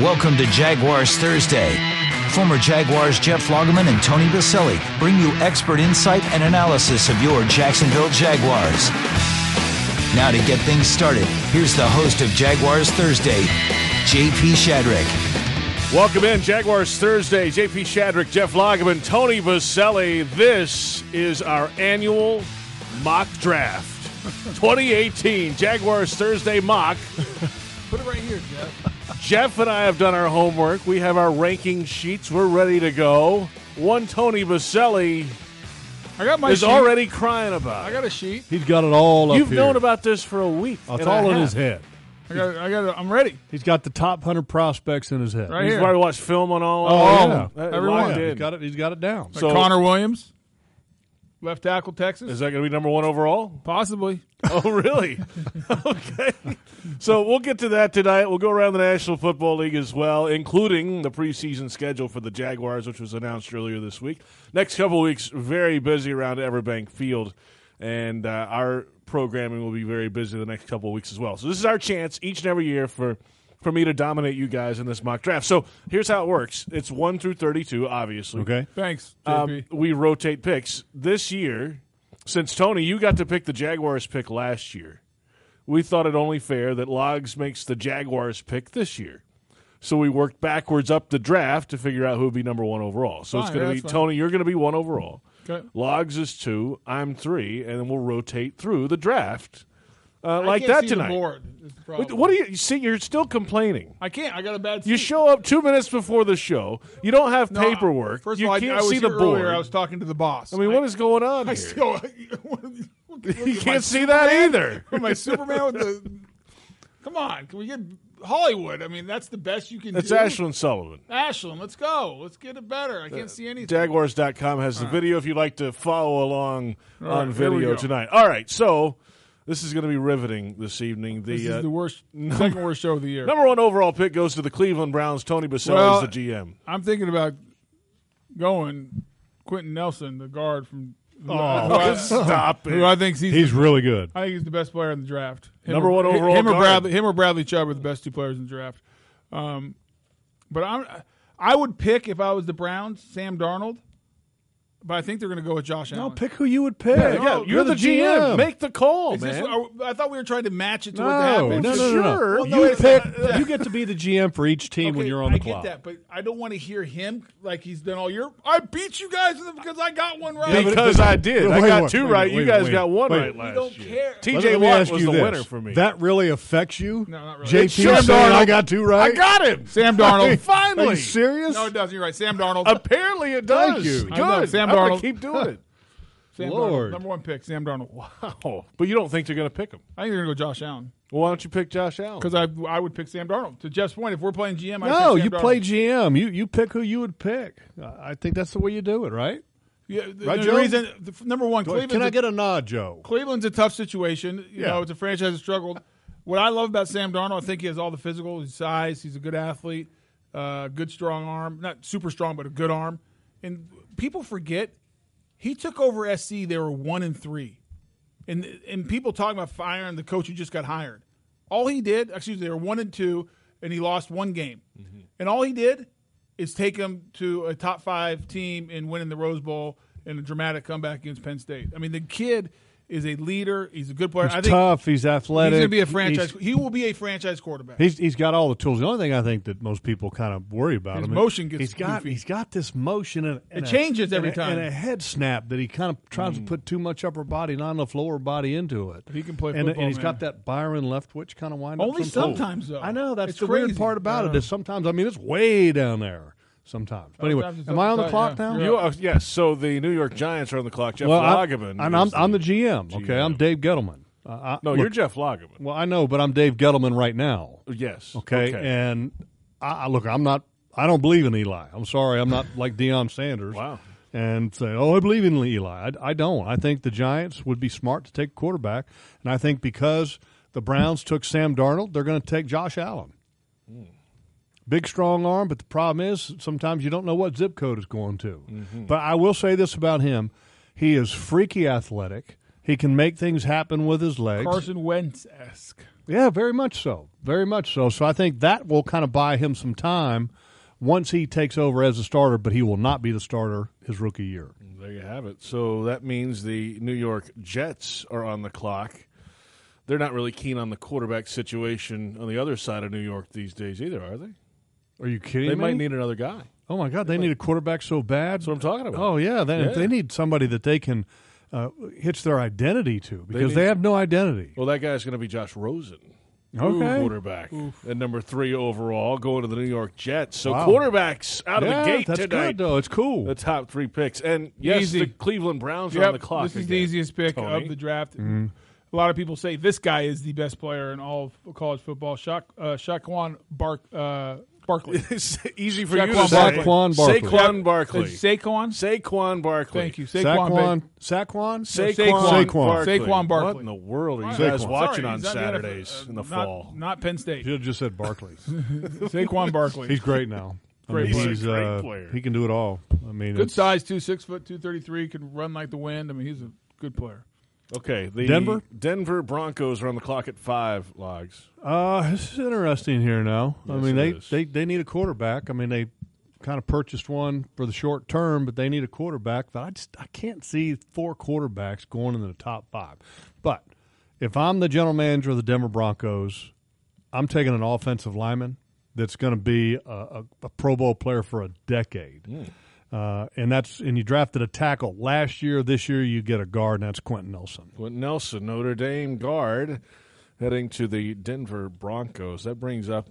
Welcome to Jaguars Thursday. Former Jaguars Jeff Loggeman and Tony Baselli bring you expert insight and analysis of your Jacksonville Jaguars. Now to get things started, here's the host of Jaguars Thursday, JP Shadrick. Welcome in, Jaguars Thursday. JP Shadrick, Jeff Loggeman, Tony Baselli. This is our annual mock draft 2018 Jaguars Thursday mock. Put it right here, Jeff. Jeff and I have done our homework. We have our ranking sheets. We're ready to go. One Tony Baselli I got my is sheet. already crying about I it. got a sheet. He's got it all up You've here. known about this for a week. It's and a all in half. his head. I got. I got. A, I'm ready. He's got the top hundred prospects in his head. Right He's here. probably watched film on all. Oh, all yeah. of them. Everyone. Locked Yeah, in. he's got it. He's got it down. Like So- Connor Williams, left tackle, Texas. Is that going to be number one overall? Possibly. Oh, really? okay. So we'll get to that tonight. We'll go around the National Football League as well, including the preseason schedule for the Jaguars, which was announced earlier this week. Next couple of weeks, very busy around Everbank Field, and uh, our programming will be very busy the next couple of weeks as well. So this is our chance each and every year for. For me to dominate you guys in this mock draft. So here's how it works. It's 1 through 32, obviously. Okay. Thanks, Um, JP. we rotate picks this year. Since Tony, you got to pick the Jaguars pick last year, we thought it only fair that Logs makes the Jaguars pick this year. So we worked backwards up the draft to figure out who would be number one overall. So it's Fine, going to yeah, be that's fine. Tony. You're going to be one overall. Okay. Logs is two. I'm three, and then we'll rotate through the draft uh, I like can't that see the tonight. board is the problem. What do you see? You're still complaining. I can't. I got a bad. Seat. You show up two minutes before the show. You don't have No, I- paperwork. First you of all, can't I, I was see here the board. Earlier, I was talking to the boss. I mean, what is going on I here? still. you you can't see that either. my Superman with the. Come on, can we get Hollywood? I mean, that's the best you can That's do. Ashlyn Uh, Sullivan. Ashland, let's go. Let's get it better. I can't see anything. Jaguars.com has the video if you'd like to follow along right, on here we video go. tonight. All right, so this is going to be riveting this evening. The, This uh, is the worst, second worst show of the year. number one overall pick goes to the Cleveland Browns. Tony Baselli Well, is the GM. I'm thinking about going Quentin Nelson, the guard from who, Oh, I, who, I, stop who it. I think he's, He's really good. I think he's the best player in the draft. Him Number or- one overall Him or guard. Bradley, him or Bradley Chubb are the best two players in the draft. Um, but I'm, I would pick if I was the Browns, Sam Darnold. But I think they're going to go with Josh Allen. I'll pick who you would pick. Yeah, you're, the, GM. Make the call, Is man. this what- I thought we were trying to match it to no, what no, happened. no, no, no. Sure. Well, no, you it's pick. you get to be the GM for each team when Okay, you're on the I clock. get that, but I don't want to hear him like he's done all year. I beat you guys in the- because I got one right. Yeah, but- because I did. Wait, I wait, got wait, two wait, right. you wait, guys wait, got one wait. right We last don't year. care. Let TJ me Watt ask was you the this. winner for me. That really affects you. No, not really. JP It's Sam saying I Darnold. got two right. I got him. Sam Are you- Darnold. Are Finally. you serious? no, it doesn't. You're right. Sam Darnold. Apparently it does. Thank you. Good. I know. Sam I'm gonna Darnold. keep doing it. Sam Lord. Darnold. Number one pick, Sam Darnold. Oh, but you don't think they're going to pick him? I think they're going to go Josh Allen Well, why don't you pick Josh Allen? because I, I would pick Sam Darnold. To Jeff's point, if we're playing GM, I No, pick Sam you Darnold. play GM. You you pick who you would pick. I I think that's the way you do it, right? Yeah, the, Right, the Joe? reason, the, f- number one, Cleveland's, Can I a, get a nod, Joe? Cleveland's a tough situation. You Yeah. know, it's a franchise that struggled. What I love about Sam Darnold, I think he has all the physical, his size, he's a good athlete, uh, good strong arm, not super strong, but a good arm. And people forget he took over SC. They were one and three, and and people talking about firing the coach who just got hired. All he did, excuse me, they were one and two, and he lost one game. Mm-hmm. And all he did is take them to a top five team and winning the Rose Bowl in a dramatic comeback against Penn State. I mean, the kid is a leader. He's a good player. He's I think tough. He's he's athletic. going to be a franchise. He's- he will be a franchise quarterback. He's, he's got all the tools. The only thing I think that most people kind of worry about His him is motion gets he's got goofy. he's got this motion and, and It changes a, every and a- time. Mm. and a head snap that he kind of tries to put too much upper body, not enough lower body into it. He can play and, football, and he's man. got that Byron Leftwich kind of wind Only up. sometimes. sometimes, though. I know that's It's the crazy. weird part about I it know. is sometimes. I mean, it's way down there sometimes. But anyway, Sometimes it's am I on the upside, clock yeah. now? You're you are, yes. So the New York Giants are on the clock. Jeff well, I'm, Loggeman. and I'm, is I'm the GM. Okay, GM. I'm Dave Gettleman. Uh, I, no, look, you're Jeff Loggeman. Well, I know, but I'm Dave Gettleman right now. Yes. Okay, and I, I look, I'm not. I don't believe in Eli. I'm sorry, I'm not like Deion Sanders. Wow. And say, oh, I believe in Eli. I, I don't. I think the Giants would be smart to take a quarterback, and I think because the Browns took Sam Darnold, they're going to take Josh Allen. Hmm. Big strong arm, but the problem is sometimes you don't know what zip code is going to. Mm-hmm. But I will say this about him: he is freaky athletic. He can make things happen with his legs. Carson Wentz esque. Yeah, very much so. Very much so. So I think that will kind of buy him some time once he takes over as a starter, but he will not be the starter his rookie year. There you have it. So that means the New York Jets are on the clock. They're not really keen on the quarterback situation on the other side of New York these days either, are they? Are you kidding They me? might need another guy. oh my God, they need a quarterback so bad. That's what I'm talking about. Oh yeah, they, Yeah. they need somebody that they can uh, hitch their identity to because need- they, have no identity. Well, that guy's going to be Josh Rosen. Okay. Ooh, quarterback at number three overall, going to the New York Jets. So Wow. quarterbacks out yeah, of the gate that's tonight. good though. It's cool. The top three picks, and yes, Easy. the Cleveland Browns are on the clock. This is the again. easiest pick Tony. of the draft. Mm-hmm. A lot of people say this guy is the best player in all of college football. Sha- uh, Shaquan Bark, uh, Barkley. It's easy for you to Saquon say. Barkley. Saquon Saquon Barkley. Barkley. Is it Uh, Saquon? Saquon Barkley. Thank you. Saquon. Saquon, Ba- Saquon, Saquon, Saquon. Barkley. Saquon Barkley. What in the world are you All right. guys Saquon. watching Sorry, on he's not the NFL, Saturdays uh, in the not- fall? Not Penn State. Should have just said Barkley. Saquon Barkley. He's great now. I Great mean, player. he's, Great uh, player. He can do it all. I mean, Good it's- size, too. Six foot, two thirty three. Can run like the wind. I mean, he's a good player. Okay, the Denver? Denver Broncos are on the clock at five logs. Uh, this is interesting here now. I Yes, mean, it they, is. they they need a quarterback. I mean, they kind of purchased one for the short term, but they need a quarterback. But I just I can't see four quarterbacks going in the top five. But if I'm the general manager of the Denver Broncos, I'm taking an offensive lineman that's going to be a, a, a Pro Bowl player for a decade. Hmm. Uh, and that's and you drafted a tackle last year. This year you get a guard, and that's Quentin Nelson. With Nelson, Notre Dame guard, heading to the Denver Broncos. That brings up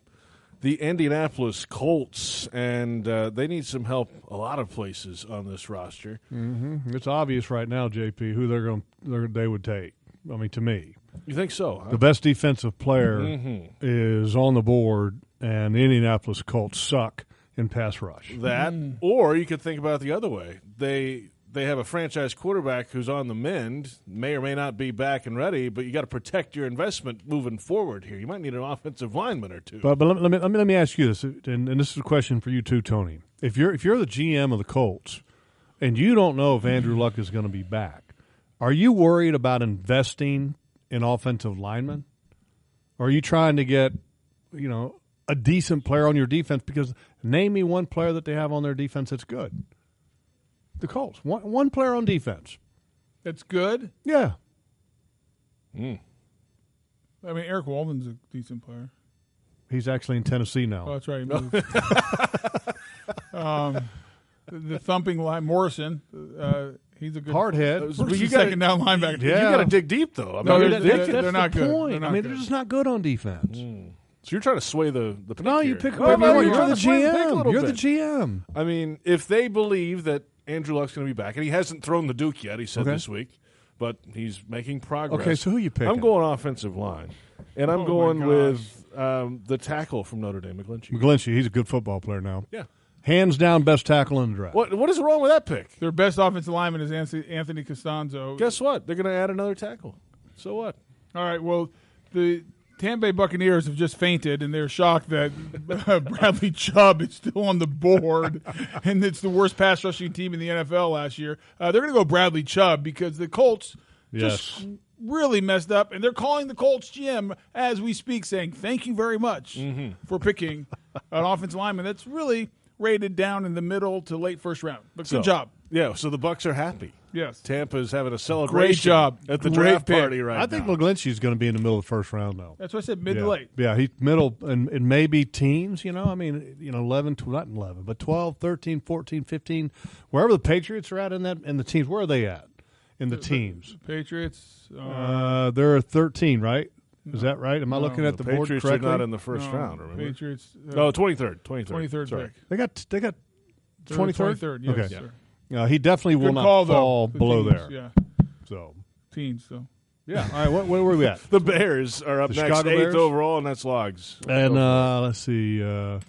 the Indianapolis Colts, and uh, they need some help a lot of places on this roster. It's obvious right now, JP, who they're going to they would take. I mean, to me, You think so? Huh? the best defensive player is on the board, and the Indianapolis Colts suck in pass rush. that, Mm-hmm. or you could think about it the other way. They they have a franchise quarterback who's on the mend, may or may not be back and ready, but you got to protect your investment moving forward here. You might need an offensive lineman or two. But but let, let me let me let me ask you this, and, and this is a question for you too, Tony. If you're if you're the GM of the Colts, and you don't know if Andrew Luck is going to be back, are you worried about investing in offensive linemen? Or are you trying to get you know a decent player on your defense? Because name me one player that they have on their defense that's good. The Colts one one player on defense. That's good. Yeah. I mean, Eric Walden's a decent player. He's actually in Tennessee now. Oh, that's right. He moved. um, the, the thumping line, Morrison. Uh, he's a good Hardhead. He's Well, a you gotta- second down linebacker. Yeah. You got to dig deep though. I No, mean, they're- that- they're- that- they're not good. Point. They're not I mean, good. they're just not good on defense. so you're trying to sway the the pick No, you here. pick up Oh, Well, everyone. no, You're, trying the to sway pick a GM. little You're the bit. GM. I mean, if they believe that Andrew Luck's going to be back, and he hasn't thrown the Duke yet, he said Okay. this week, but he's making progress. Okay, so who you picking? Oh I'm going offensive line, and I'm my going gosh. with um, the tackle from Notre Dame, McGlinchey. McGlinchey, he's a good football player now. Yeah. Hands down, best tackle in the draft. What What is wrong with that pick? Their best offensive lineman is Anthony- Anthony Costanzo. Guess what? They're going to add another tackle. So what? All right. Well, the Tampa Bay Buccaneers have just fainted, and they're shocked that uh, Bradley Chubb is still on the board, and it's the worst pass rushing team in the NFL last year. Uh, they're going to go Bradley Chubb because the Colts Yes. just really messed up, and they're calling the Colts GM as we speak, saying thank you very much for picking an offensive lineman that's really rated down in the middle to late first round. But good So- job. Yeah. So the Bucks are happy. Yes. Tampa's having a celebration. job. at the Great draft pick. party right I think now. McGlinchey's going to be in the middle of the first round, though. That's what I said, mid yeah. to late. Yeah, he's middle and, and maybe teens, you know. I mean, you know, 11, tw- not 11, but 12, 13, 14, 15, wherever the Patriots are at in that in the teams, where are they at in the teams? Patriots. Uh, Uh, there are 13, right? Is that right? Am I looking at the, board Patriots correctly? are not in the first round. Remember? Oh, Patriots. uh, No, twenty third. Twenty third. Twenty third pick. they got they got They're 23rd? 23rd, yes, okay. sir. Uh, he definitely will Good not call, though. fall The below teens, there. Yeah, So, teens. So yeah. All right, what, where were we at? The Bears are up The next, Chicago eighth Bears? overall, and that's Logs. And uh, let's see. Uh,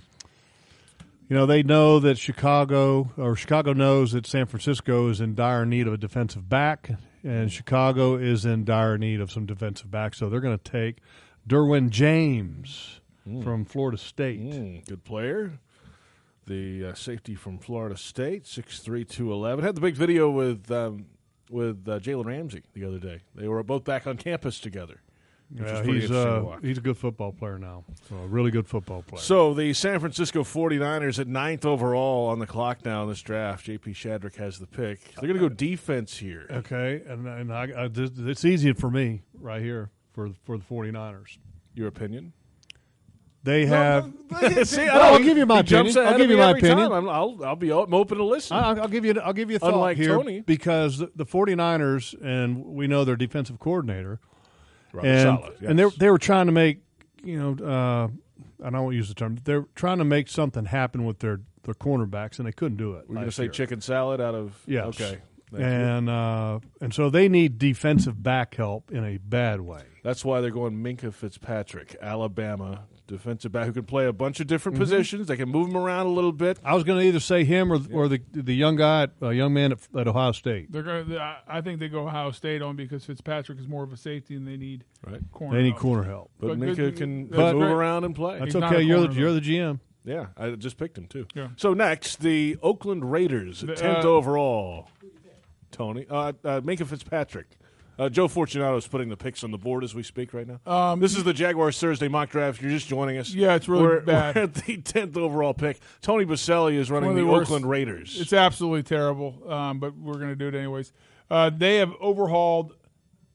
you know, they know that Chicago or Chicago knows that San Francisco is in dire need of a defensive back, and Chicago is in dire need of some defensive back. So they're going to take Derwin James Hmm. from Florida State. Mm, good player. The uh, safety from Florida State, six three two eleven. Had the big video with um, with uh, Jalen Ramsey the other day. They were both back on campus together. which Yeah, is pretty he's, interesting to uh, watch. he's a good football player now. So a really good football player. So the San Francisco 49ers at ninth overall on the clock now in this draft. JP Shadrick has the pick. They're going to go defense here. okay, and and I, I this, it's easy for me right here for for the 49ers. Your opinion? They have See, No, I'll give you he my jumps opinion. I'll ahead of give you me my every opinion. time. I'm, I'll, I'll be I'm open to listen. I- I'll, I'll give you. I'll give you a thought Unlike here Tony. because the, the 49ers and we know their defensive coordinator Rather and solid, and they yes. they were trying to make you know uh, I don't want to use the term they're trying to make something happen with their their cornerbacks and they couldn't do it. We're going to last say year. chicken salad out of Yes. Okay, Thank you. and uh, and so they need defensive back help in a bad way. that's why they're going Minka Fitzpatrick, Alabama defensive back who can play a bunch of different Mm-hmm. positions. They can move him around a little bit. I was going to either say him or or the the young guy, at, uh, young man at, at Ohio State. They're going. I I think they go Ohio State on because Fitzpatrick is more of a safety, and they need Right. corner. They need help. corner help. But, But Minka good- can that's move great. around and play. That's He's not okay. a You're the, corner, you're the GM. yeah, I just picked him too. Yeah. So next, the Oakland Raiders, The, tenth uh, overall. Tony, uh, uh, Minka Fitzpatrick. Uh, Joe Fortunato is putting the picks on the board as we speak right now. Um, this is the Jaguars Thursday mock draft. If You're just joining us. Yeah, it's really we're, bad. we're at the tenth overall pick. Tony Baselli is running one the, of the worst. Oakland Raiders. It's absolutely terrible, um, but we're going to do it anyways. Uh, they have overhauled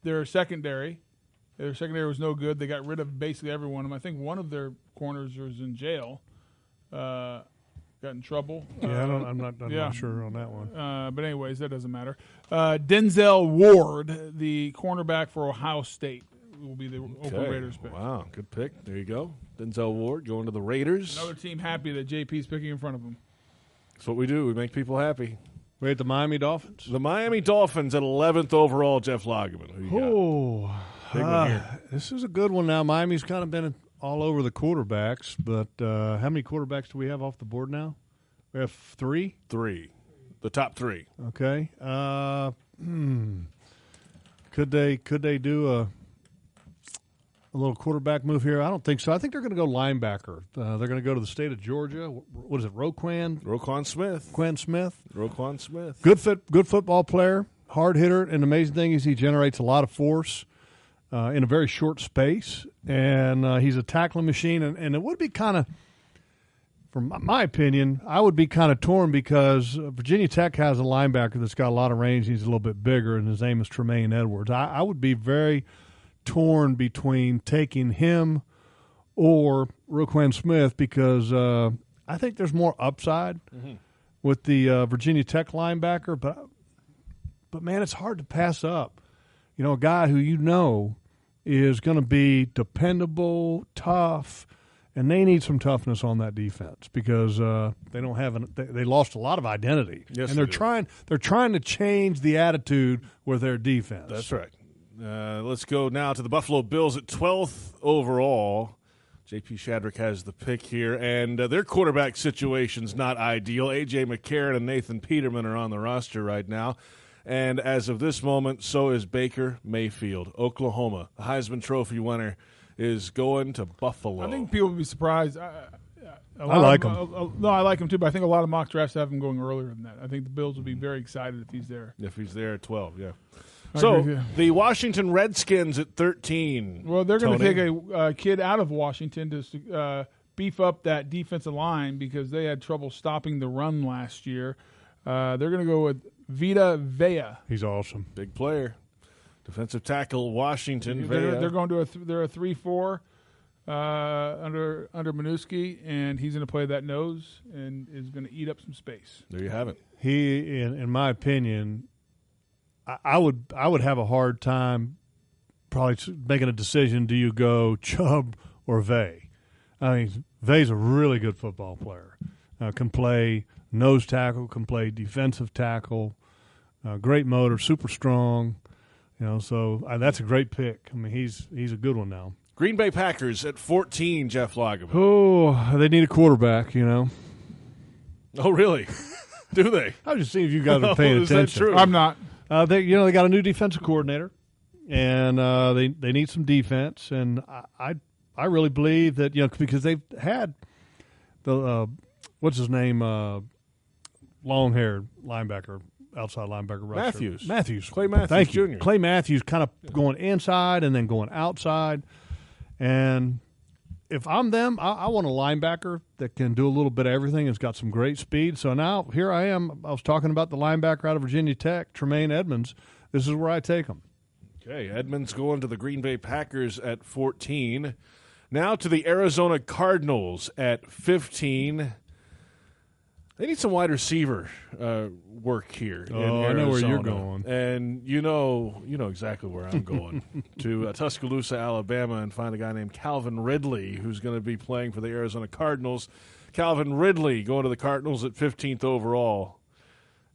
their secondary. Their secondary was no good. They got rid of basically every one of them. I think one of their corners was in jail, uh, got in trouble. Yeah, I Uh, don't, I'm not. I'm Yeah. not sure on that one. uh, but anyways, that doesn't matter. Uh, Denzel Ward, the cornerback for Ohio State, will be the Oakland Okay. Raiders pick. Wow, good pick. There you go. Denzel Ward going to the Raiders. Another team happy that JP's picking in front of them. That's what we do. We make people happy. We at the Miami Dolphins. The Miami Dolphins at 11th overall. Jeff Loggeman. Who you got? Oh, Big one ah, here. this is a good one. Now Miami's kind of been all over the quarterbacks, but uh, how many quarterbacks do we have off the board now? We have three. Three. The top three. Okay. Uh, hmm. Could they could they do a a little quarterback move here? I don't think so. I think they're going to go linebacker. Uh, they're going to go to the state of Georgia. What is it? Roquan Roquan Smith. Quan Smith. Roquan Smith. Good fit, good football player, hard hitter, and the amazing thing is he generates a lot of force uh, in a very short space, and uh, he's a tackling machine. And, and it would be kind of, from my- my opinion, I would be kind of torn because uh, Virginia Tech has a linebacker that's got a lot of range. He's a little bit bigger, and his name is Tremaine Edwards. I, I would be very torn between taking him or Roquan Smith because uh, I think there's more upside Mm-hmm. with the uh, Virginia Tech linebacker, but but man, it's hard to pass up. You know, a guy who you know is going to be dependable, tough, and they need some toughness on that defense because uh, they don't have an, they, they lost a lot of identity, Yes, and they're they did. trying they're trying to change the attitude with their defense. That's right. Uh, let's go now to the Buffalo Bills at 12th overall. JP Shadrick has the pick here, and uh, their quarterback situation's not ideal. AJ McCarron and Nathan Peterman are on the roster right now. And as of this moment, so is Baker Mayfield, Oklahoma. The Heisman Trophy winner is going to Buffalo. I think people would be surprised. I, I, a I lot like of- him. a- a- no, I like him too, but I think a lot of mock drafts have him going earlier than that. I think the Bills would be very excited if he's there. if he's there at 12, yeah. I agree So with the Washington Redskins at 13. Well, they're going to Tony? take a uh, kid out of Washington to uh, beef up that defensive line because they had trouble stopping the run last year. Uh, they're going to go with Vita Vea. He's awesome. big player. Defensive tackle Washington. uh, They're, Vea. they're going to a th- they're a three four uh, under under Minuski, and he's going to play that nose and is going to eat up some space. There you have it. He, in, in my opinion, I, I would I would have a hard time probably s- making a decision. Do you go Chubb or Vay? I mean, Vay's a really good football player. Uh, can play nose tackle, can play defensive tackle. Uh, great motor, super strong. You know, so uh, that's a great pick. I mean, he's he's a good one now. Green Bay Packers at 14, Jeff Loggeman. Oh, they need a quarterback. You know, Oh, really? Do they? I was just seeing if you guys are paying Oh, is that attention. true? I'm not. Uh, they, you know, they got a new defensive coordinator, and uh, they they need some defense. And I, I, I really believe that you know because they've had the uh, what's his name, uh, long haired linebacker outside linebacker. Right Matthews. Sure. Matthews. Clay Matthews Thank you. Jr.. Clay Matthews kind of going inside and then going outside. And if I'm them, I, I want a linebacker that can do a little bit of everything. Has got some great speed. So now here I am. I was talking about the linebacker out of Virginia Tech, Tremaine Edmonds. This is where I take him. Okay, Edmonds going to the Green Bay Packers at 14. Now to the Arizona Cardinals at 15. They need some wide receiver uh, work here. in Oh, I know where you're Arizona. going. and you know, you know exactly where I'm going to uh, Tuscaloosa, Alabama, and find a guy named Calvin Ridley who's going to be playing for the Arizona Cardinals. Calvin Ridley going to the Cardinals at 15th overall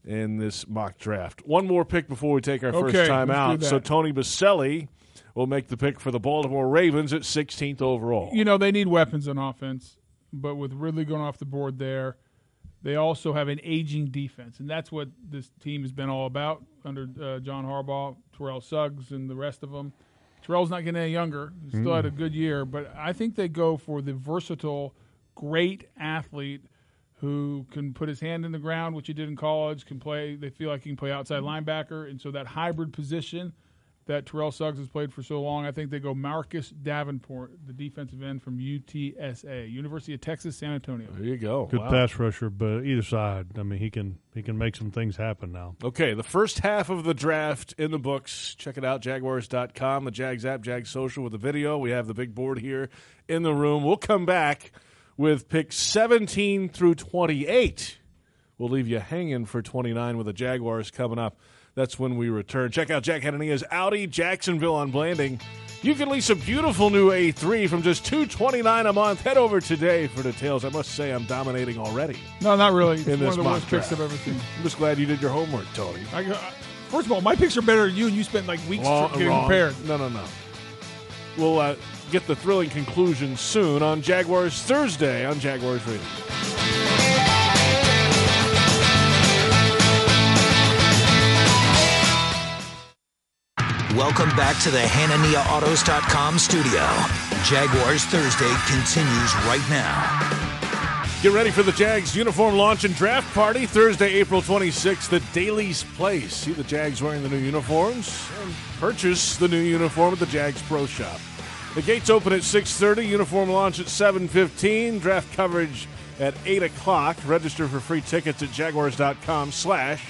in this mock draft. One more pick before we take our Okay, first time let's do out. that. So Tony Baselli will make the pick for the Baltimore Ravens at 16th overall. You know, they need weapons on offense, but with Ridley going off the board there, they also have an aging defense, and that's what this team has been all about under uh, John Harbaugh, Terrell Suggs, and the rest of them. Terrell's not getting any younger; He still had a good year, but I think they go for the versatile, great athlete who can put his hand in the ground, which he did in college. Can play; they feel like he can play outside linebacker, and so that hybrid position that Terrell Suggs has played for so long. I think they go Marcus Davenport, the defensive end from UTSA, University of Texas, San Antonio. there you go. Good Wow. pass rusher, but either side, I mean, he can he can make some things happen now. Okay, the first half of the draft in the books. Check it out, jaguars.com, the Jags app, Jags Social with the video. We have the big board here in the room. We'll come back with picks 17 through 28. We'll leave you hanging for 29 with the Jaguars coming up. That's when we return. Check out Jack Hanania's Audi Jacksonville on Blanding. You can lease a beautiful new A3 from just 229 a month. Head over today for details. I must say I'm dominating already. No, not really. It's In one this of the mock worst picks I've draft. ever seen. I'm just glad you did your homework, Tony. I, go- I- first of all, my picks are better than you, and you spent like weeks Wrong- getting wrong. prepared. No, no, no. We'll uh, get the thrilling conclusion soon on Jaguars Thursday on Jaguars Radio. Welcome back to the HananiaAutos.com studio. Jaguars Thursday continues right now. Get ready for the Jags uniform launch and draft party Thursday, April 26th at Daly's Place. See the Jags wearing the new uniforms and purchase the new uniform at the Jags Pro Shop. The gates open at 6:30. Uniform launch at 7:15. Draft coverage at 8 o'clock. Register for free tickets at jaguars.com/slash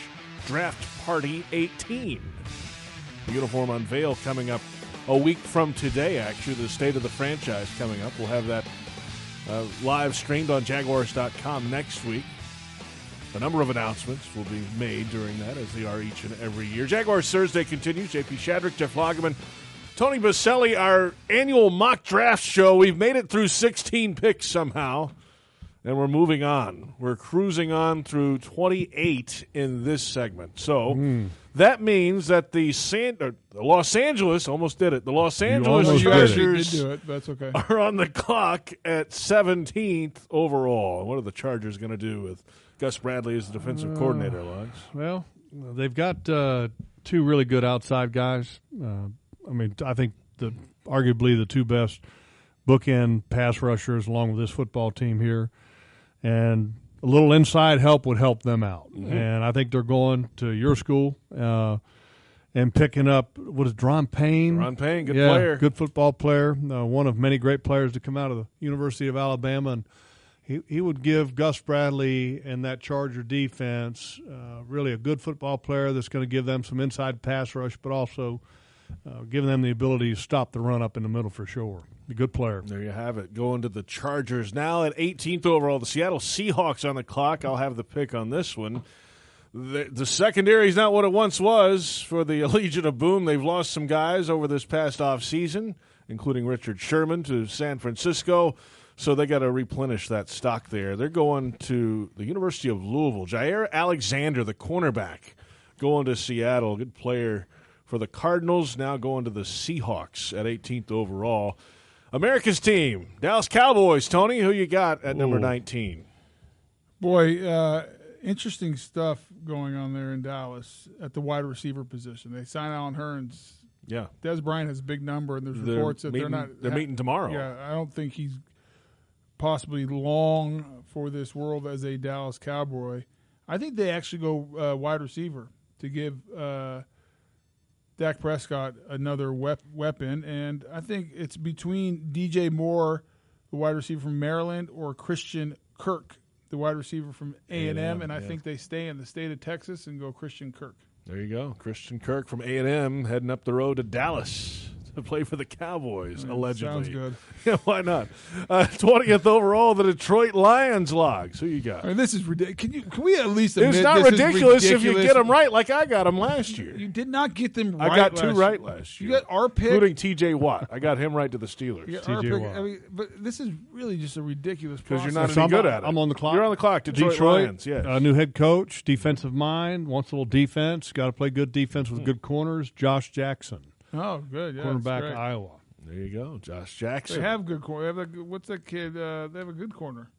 draft party 18. The uniform unveil coming up a week from today, actually. The state of the franchise coming up. We'll have that uh, live streamed on Jaguars.com next week. A number of announcements will be made during that, as they are each and every year. Jaguars Thursday continues. JP Shadrick, Jeff Lagerman, Tony Baselli, our annual mock draft show. We've made it through 16 picks somehow, and we're moving on. We're cruising on through 28 in this segment. So Hmm. that means that the, San- or the Los Angeles almost did it. The Los Angeles almost You did it. actually Chargers did do it, but that's okay. are on the clock at 17th overall. What are the Chargers going to do with Gus Bradley as the defensive coordinator, Lodge? Well, they've got uh, two really good outside guys. Uh, I mean, I think the arguably the two best bookend pass rushers along with this football team here, and a little inside help would help them out. Mm-hmm. And I think they're going to your school uh, and picking up what is Dron Payne. Ron Payne, good yeah, player. good football player, uh, one of many great players to come out of the University of Alabama, and he he would give Gus Bradley and that Charger defense uh, really a good football player that's going to give them some inside pass rush, but also uh, give them the ability to stop the run up in the middle for sure. A good player. There you have it. Going to the Chargers now at 18th overall. The Seattle Seahawks on the clock. I'll have the pick on this one. The, the secondary is not what it once was for the Legion of Boom. They've lost some guys over this past offseason, including Richard Sherman to San Francisco. So they got to replenish that stock there. They're going to the University of Louisville. Jair Alexander, the cornerback, going to Seattle. Good player for the Cardinals. Now going to the Seahawks at 18th overall. America's team, Dallas Cowboys. Tony, who you got at number 19? Boy, uh, interesting stuff going on there in Dallas at the wide receiver position. They sign Alan Hearns. Yeah. Des Bryant has a big number, and there's They're reports that meeting- they're not. they're meeting tomorrow. Yeah, I don't think he's possibly long for this world as a Dallas Cowboy. I think they actually go uh, wide receiver. to give uh, Dak Prescott another wep- weapon. And I think it's between DJ Moore, the wide receiver from Maryland, or Christian Kirk, the wide receiver from A and M. And I think they stay in the state of Texas and go Christian Kirk. There you go. Christian Kirk from A&M heading up the road to Dallas to play for the Cowboys, allegedly. sounds good. yeah, why not? Uh, 20th overall, the Detroit Lions logs. Who you got? I mean, this is ridiculous. Can you? Can we at least? Admit It's not this is ridiculous, if you ridiculous? get them right like I got them last year. You did not get them. I right got two last right year. last You year. got our pick. Including TJ Watt. I got him right to the you Steelers. got our TJ pick. Watt. I mean, but this is really just a ridiculous. Because Because you're not So any I'm- good at it. I'm on the clock. You're on the clock. Detroit, Lions, yes. uh, new head coach, defensive mind, wants a little defense. Got to play good defense with good corners. Josh Jackson, Oh, good. Hmm. Yeah, that's cornerback, great. Iowa. there you go. Josh They Jackson. have good corner. They have a good- what's that kid? Uh, they have a good corner.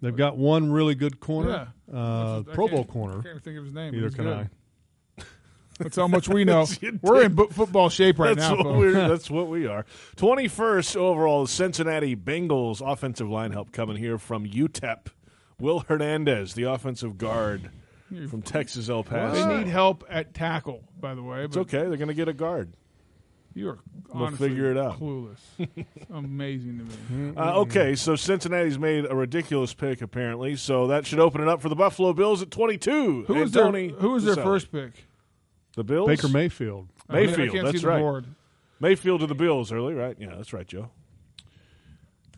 They've got one really good corner, Yeah. uh, That's what- I Pro Bowl can't- I corner. can't think of his name. Either He's can good. I. That's how much we know. you We're in bo- football shape right that's now. What folks. we're, that's what we are. 21st overall, the Cincinnati Bengals offensive line help coming here from UTEP. Will Hernandez, the offensive guard from Texas El Paso. They need help at tackle, by the way. But It's okay. They're going to get a guard. You're We'll honestly figure it out. clueless. It's amazing to me. Uh, okay, so Cincinnati's made a ridiculous pick, apparently. So that should open it up for the Buffalo Bills at 22. Who And was their, Tony who was their Vaselli. first pick? The Bills? Baker Mayfield. I mean, I Mayfield, can't see that's the right. board. Mayfield to the Bills early, right? Yeah, that's right, Joe.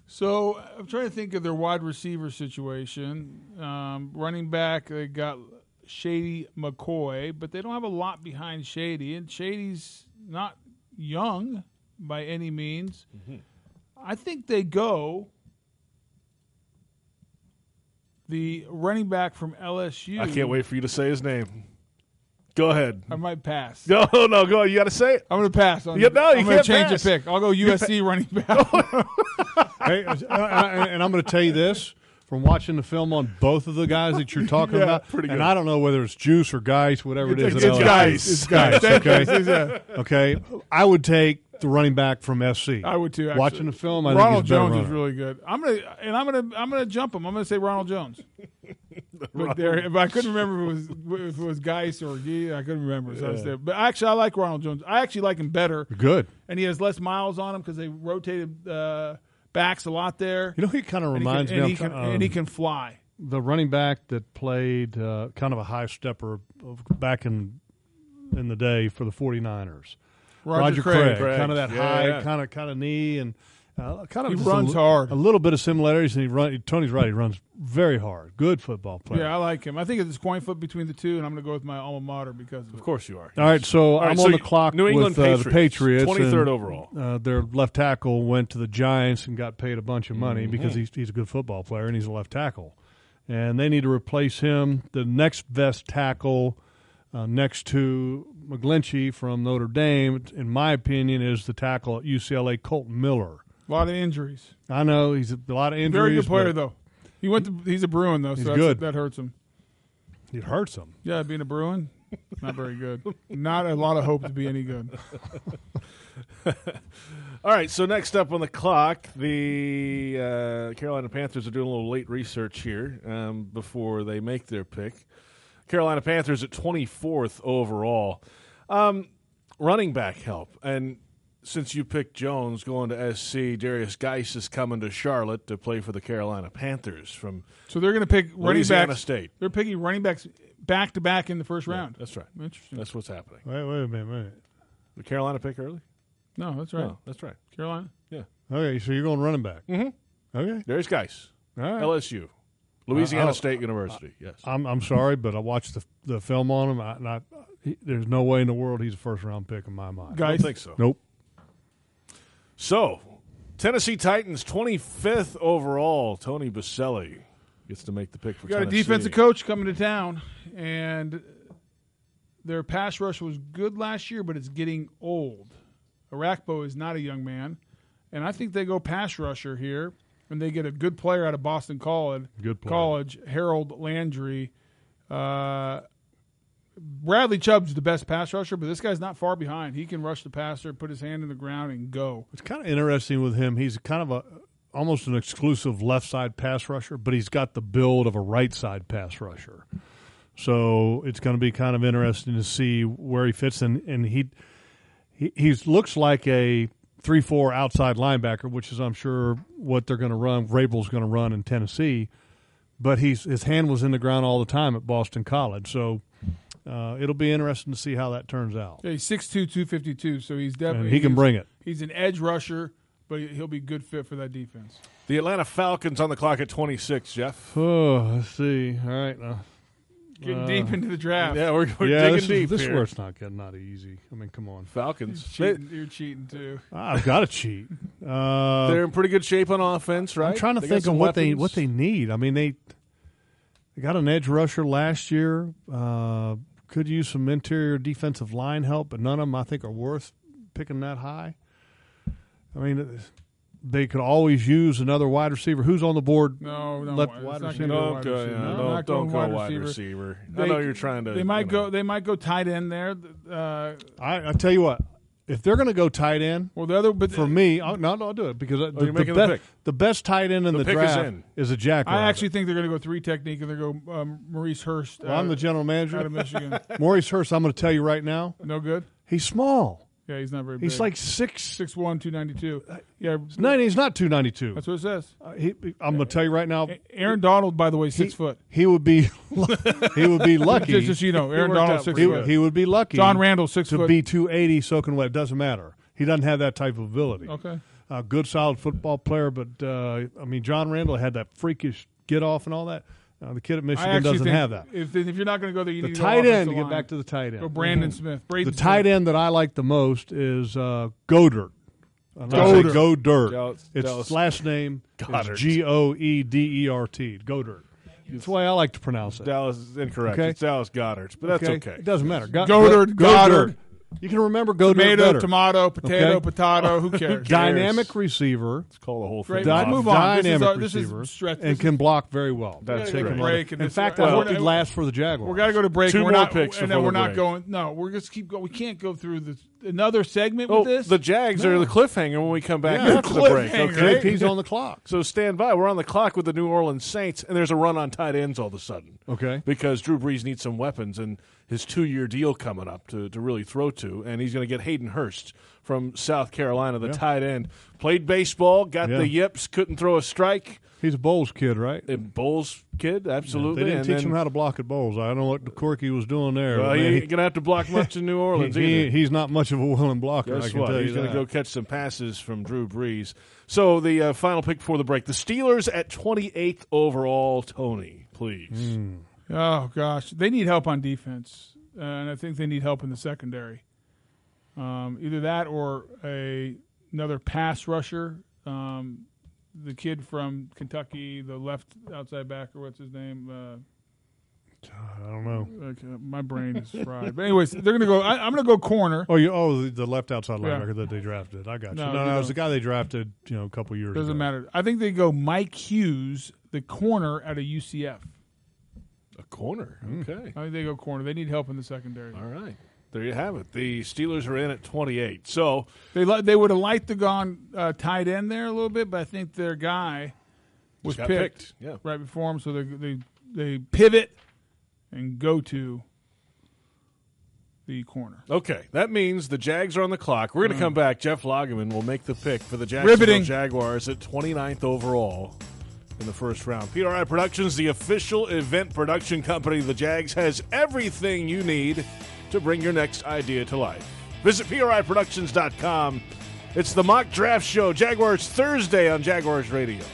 So I'm trying to think of their wide receiver situation. Um, running back, they got Shady McCoy, but they don't have a lot behind Shady, and Shady's not young by any means. Mm-hmm. I think they go the running back from LSU. I can't wait for you to say his name. Go ahead. I might pass. No, no, go. You got to say it. I'm going to pass. On Yeah, no, I'm you gonna can't change pass. the pick. I'll go USC running back. Hey, uh, uh, and I'm going to tell you this from watching the film on both of the guys that you're talking about. pretty good. And I don't know whether it's Juice or Geis, whatever it is. It's at LSU. Geis. It's Geis. Okay. okay. I would take the running back from SC. I would too. Actually. Watching the film, I Ronald think he's a better Jones is runner. really good. I'm gonna and I'm gonna I'm gonna jump him. I'm gonna say Ronald Jones. But there, if I couldn't remember if it was if it was Geis or Gee, I couldn't remember. So I was there. But actually, I like Ronald Jones. I actually like him better, good. and he has less miles on him because they rotated uh, backs a lot there. You know, he kind of And he can- reminds and me he of can, um, and he can fly. the running back that played uh, kind of a high stepper of, back in in the day for the 49ers. Roger Craig. Craig. kind of that Yeah, yeah. high, kind of kind of knee, and uh, kind of He just a runs li- hard. A little bit of similarities, and he run. Tony's right; he runs very hard. Good football player. Yeah, I like him. I think it's coin flip between the two, and I'm gonna go with my alma mater because of, Of course you are. All right, so right, I'm so on the you- clock New England with uh, the Patriots, Patriots. 23rd and, overall. Uh, their left tackle went to the Giants and got paid a bunch of money because he's, he's a good football player and he's a left tackle. And they need to replace him. The next best tackle uh, next to McGlinchey from Notre Dame, in my opinion, is the tackle at UCLA, Colt Miller. a lot of injuries. I know he's a lot of injuries. Very good player but though. He went. To, he's a Bruin though, so He's that's, good. that hurts him. It hurts him. Yeah, being a Bruin, not very good. Not a lot of hope to be any good. All right, so next up on the clock, the uh, Carolina Panthers are doing a little late research here um, before they make their pick. Carolina Panthers at 24th overall. Um, running back help. And since you picked Jones going to SC, Darius Geis is coming to Charlotte to play for the Carolina Panthers from So they're going to pick running Louisiana backs. State. They're picking running backs back to back in the first round. That's right. Interesting. That's what's happening. Wait, wait a minute. Wait. The Carolina pick early? No, that's right. No, that's right. Carolina. Yeah. Okay, so you're going running back. Mm-hmm. Okay. Darius Geis, All right. LSU, Louisiana Uh, I'll- State University. Yes. I'm I'm sorry, but I watched the the film on him. I, and I, he, there's no way in the world he's a first round pick in my mind. I Guys, don't think so. Nope. So, Tennessee Titans, 25th overall. Tony Baselli gets to make the pick for got a Tennessee. defensive coach coming to town, and their pass rush was good last year, but it's getting old. Arakpo is not a young man, and I think they go pass rusher here, and they get a good player out of Boston College. Good player. College Harold Landry. Uh, Bradley Chubb's the best pass rusher, but this guy's not far behind. He can rush the passer, put his hand in the ground, and go. It's kind of interesting with him. He's kind of a almost an exclusive left side pass rusher, but he's got the build of a right side pass rusher. So it's going to be kind of interesting to see where he fits. And and he he he's, looks like a three four outside linebacker, which is I'm sure what they're going to run. Vrabel's going to run in Tennessee, but he's his hand was in the ground all the time at Boston College. So uh, it'll be interesting to see how that turns out. Yeah, he's 6'2", 252, so he's definitely And he can he's- bring it. He's an edge rusher, but he- he'll be good fit for that defense. The Atlanta Falcons on the clock at 26, Jeff. Oh, let's see. All right. Uh, Getting deep into the draft. Yeah, we're, we're yeah, digging this, is- deep this here. is where it's not getting not easy. I mean, come on. Falcons. They, Cheating, you're cheating too. I've got to cheat. Uh, they're in pretty good shape on offense, right? I'm trying to They got think of some what they weapons. what they need. I mean, they they got an edge rusher last year. Uh, could use some interior defensive line help, but none of them I think are worth picking that high. I mean, they could always use another wide receiver. Who's on the board? No, no. Left it's wide not gonna receiver. be Don't a wide go, receiver. yeah, No, don't, not don't going go wide receiver. I know you're trying to. They might you go. know. They might go tight end there. Uh, I, I tell you what, if they're going to go tight end. well, the other, but For me, I'll, no, no, I'll do it because I- the, Oh, you're the, making the be- pick. the best tight end in the, pick is draft in. is, a Jaguar. I actually think they're going to go three technique and they're going to go um, Maurice Hurst. Well, I'm out- the general out manager. of Michigan. Maurice Hurst, I'm going to tell you right now, no good. he's small. Yeah, he's not very. He's big. like six. 6'1", 292. Yeah, Nine, he's not 292. that's what it says. Uh, he, I'm going to tell you right now, Aaron Donald, by the way, six foot. he would be he would be lucky. Just, just so you know, Aaron worked Donald out six he, foot. he would be lucky. John Randall six to foot. be 280 soaking wet. Doesn't matter. He doesn't have that type of ability. okay. A good, solid football player, but uh, I mean, John Randall had that freakish get off and all that. Uh, the kid at Michigan actually doesn't think have that. If, if you're not going to go there, you The need tight to go end. To get back to the tight end. go Brandon Smith. Braden The tight Smith. end that I like the most is uh, Godert. Goddard. Godert. Dallas- Its Dallas- last name Goddard. is G O E D E R T. Godert. That's the way I like to pronounce it. Dallas is incorrect. Okay. It's Dallas Goddard's, but that's okay. It doesn't matter. Go- Goddard, Goddard. You can remember Godert Tomato, better. tomato, potato, Oh, Okay. potato. Who cares? Dynamic receiver. Let's call the whole thing. Great. dy- Let's off. move on. This is Dynamic our- this is receiver. stretch. and This can block very well. That's Take great. him Break and on. In this- fact, well, I hope we're- he lasts for the Jaguars. We're gonna go to break. Two we're more not, picks before and then we're the not break. going. No, we're just keep going. We can't go through this another segment Oh, with this. the Jags are the cliffhanger when we come back Yeah, after the break. cliffhanger. Okay. JP's on the clock. So stand by. We're on the clock with the New Orleans Saints, and there's a run on tight ends all of a sudden. Okay. Because Drew Brees needs some weapons and his two year deal coming up to, to really throw to, and he's going to get Hayden Hurst from South Carolina, the tight end. Played baseball, got Yeah. the yips, couldn't throw a strike. He's a Bowles kid, right? A Bowles kid, absolutely. They didn't and teach then, him how to block at bowls. I don't know what Corky was doing there. Well, but he man, ain't going to have to block much in New Orleans he- either. he- he's not much of a willing blocker. I Guess can what? tell He's you going to that. go catch some passes from Drew Brees. So the uh, final pick before the break: the Steelers at 28th overall. Tony, please. oh gosh, they need help on defense, uh, and I think they need help in the secondary. Um, either that or a another pass rusher. Um, the kid from Kentucky, the left outside backer, what's his name? Uh, I don't know. okay, my brain is fried. But anyways, they're gonna go. I, I'm gonna go corner. Oh, you oh the, the left outside Yeah. linebacker that they drafted. I got No, you. No, you no, it was don't. the guy they drafted. You know, a couple years. Doesn't ago. matter. I think they go Mike Hughes, the corner out of UCF. A corner. Okay. I think they go corner. They need help in the secondary. All right. There you have it. The Steelers are in at 28. So They li- they would have liked to gone uh, tight end there a little bit, but I think their guy was Just got picked, picked. Yeah. right before him, so they they they pivot and go to the corner. Okay, that means the Jags are on the clock. We're going to come back. Jeff Loggeman will make the pick for the Jacksonville Riveting. Jaguars at 29th overall in the first round. PRI Productions, the official event production company of the Jags, has everything you need to bring your next idea to life. Visit PRIProductions.com. It's the mock draft show, Jaguars Thursday on Jaguars Radio.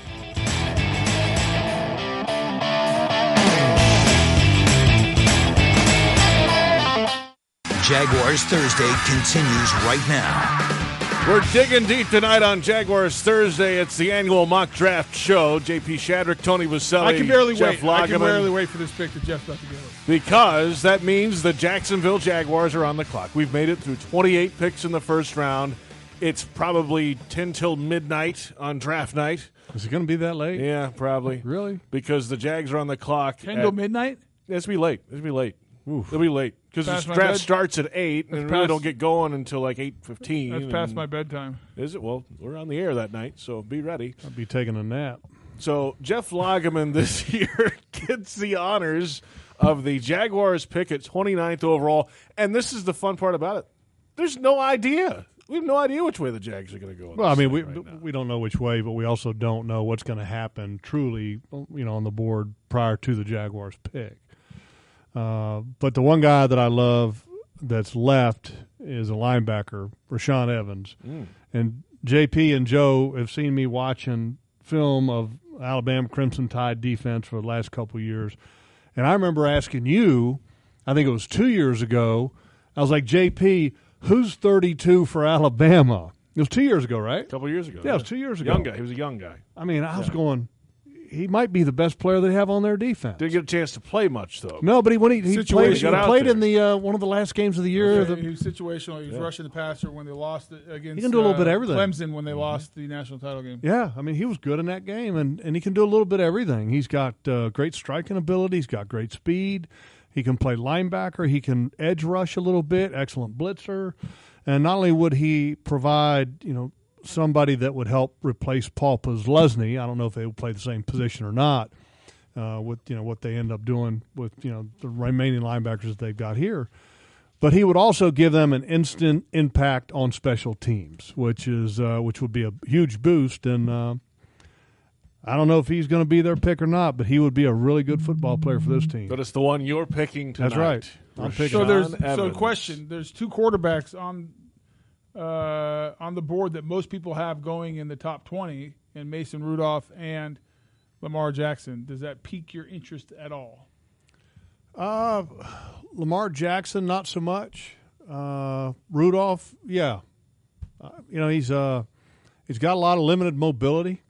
Jaguars Thursday continues right now. We're digging deep tonight on Jaguars Thursday. It's the annual mock draft show. JP Shadrick, Tony Vaselli, I can barely Jeff wait. I can Loggeman. barely wait for this pick that Jeff's about to give us. because that means the Jacksonville Jaguars are on the clock. We've made it through 28 picks in the first round. It's probably 10 till midnight on draft night. Is it going to be that late? Yeah, probably. Really? Because the Jags are on the clock. Ten till at- midnight. It's be late. It's be late. It'll be late because Past the my draft bed? starts at eight, and That's really past- don't get going until like eight fifteen. That's past my bedtime. Is it? Well, we're on the air that night, so be ready. I'd be taking a nap. So Jeff Lagerman this year gets the honors of the Jaguars pick at 29th overall. And this is the fun part about it. There's no idea. We have no idea which way the Jags are going to go. in Well, I this mean, thing we right now. we don't know which way, but we also don't know what's going to happen truly, you know, on the board prior to the Jaguars pick. Uh, but the one guy that I love that's left is a linebacker, Rashawn Evans, Mm. and JP and Joe have seen me watching film of Alabama Crimson Tide defense for the last couple of years, and I remember asking you, I think it was two years ago, I was like, JP, who's thirty-two for Alabama? It was two years ago, right? couple years ago. Yeah, it was two years ago. Young guy. He was a young guy. I mean, I was going. He might be the best player they have on their defense. Didn't get a chance to play much though. no, but he when he, he Situation played, he got out played there. in the uh, one of the last games of the year. Yeah, the- he was situational. He was rushing the passer when they lost it against. He can do a little uh, bit of everything. Clemson when they lost the national title game. yeah, I mean, he was good in that game, and, and he can do a little bit of everything. He's got uh, great striking ability. He's got great speed. He can play linebacker. He can edge rush a little bit. Excellent blitzer, and not only would he provide, you know, somebody that would help replace Paul Posluszny. I don't know if they would play the same position or not. uh, with you know what they end up doing with you know the remaining linebackers that they've got here. But he would also give them an instant impact on special teams, which is uh, which would be a huge boost. And uh, I don't know if he's going to be their pick or not, but he would be a really good football player for this team. But it's the one you're picking tonight. That's right. I'm picking So John there's Rashawn so Evans. question. There's two quarterbacks on uh, on the board that most people have going in the top twenty, and Mason Rudolph and Lamar Jackson. Does that pique your interest at all? Uh, Lamar Jackson, not so much. Uh, Rudolph, yeah. Uh, you know, he's uh, he's got a lot of limited mobility,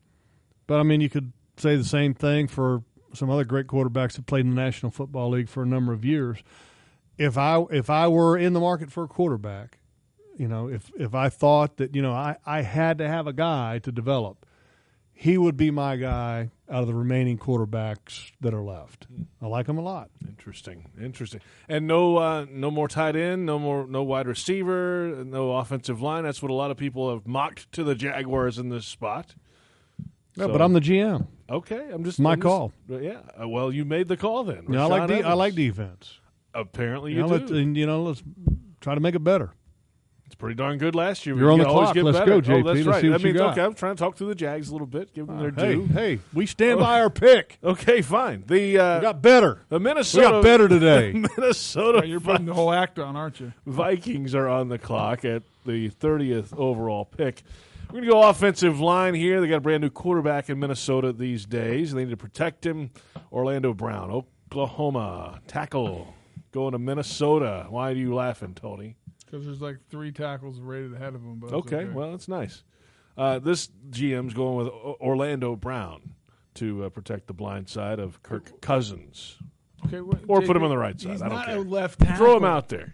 but I mean, you could say the same thing for some other great quarterbacks that played in the National Football League for a number of years. If I if I were in the market for a quarterback, you know, if if I thought that you know I I had to have a guy to develop, he would be my guy out of the remaining quarterbacks that are left. I like him a lot. Interesting, interesting, and no, uh, no more tight end, no more, no wide receiver, no offensive line. That's what a lot of people have mocked to the Jaguars in this spot. No, So- but I'm the GM. Okay, I'm just My I'm just- call. yeah, uh, well, you made the call then. You know, Rashawn I like de- I Evans. like defense. Apparently, You you know, do. let, and, you know, let's try to make it better. It's pretty darn good last year. but You're you on can the always clock. Get Let's better. go, JP. Oh, that's Let's right. see what that you means got. Uh, okay. I'm trying to talk to the Jags a little bit, give them their hey, due. hey, we stand by our pick. Okay, fine. The uh, We got better. the We Minnesota got better today. Minnesota You're putting the whole act on, aren't you? Vikings are on the clock at the 30th overall pick. We're going to go offensive line here. They got a brand new quarterback in Minnesota these days. They need to protect him. Orlando Brown, Oklahoma, tackle going to Minnesota. Why are you laughing, Tony? Because there's like three tackles rated ahead of him. But it's Okay, well, that's nice. Uh, this GM's going with O- Orlando Brown to uh, protect the blind side of Kirk Cousins. okay, well, Or Jake, put him on the right side. He's I don't not care. a left tackle. Throw him out there.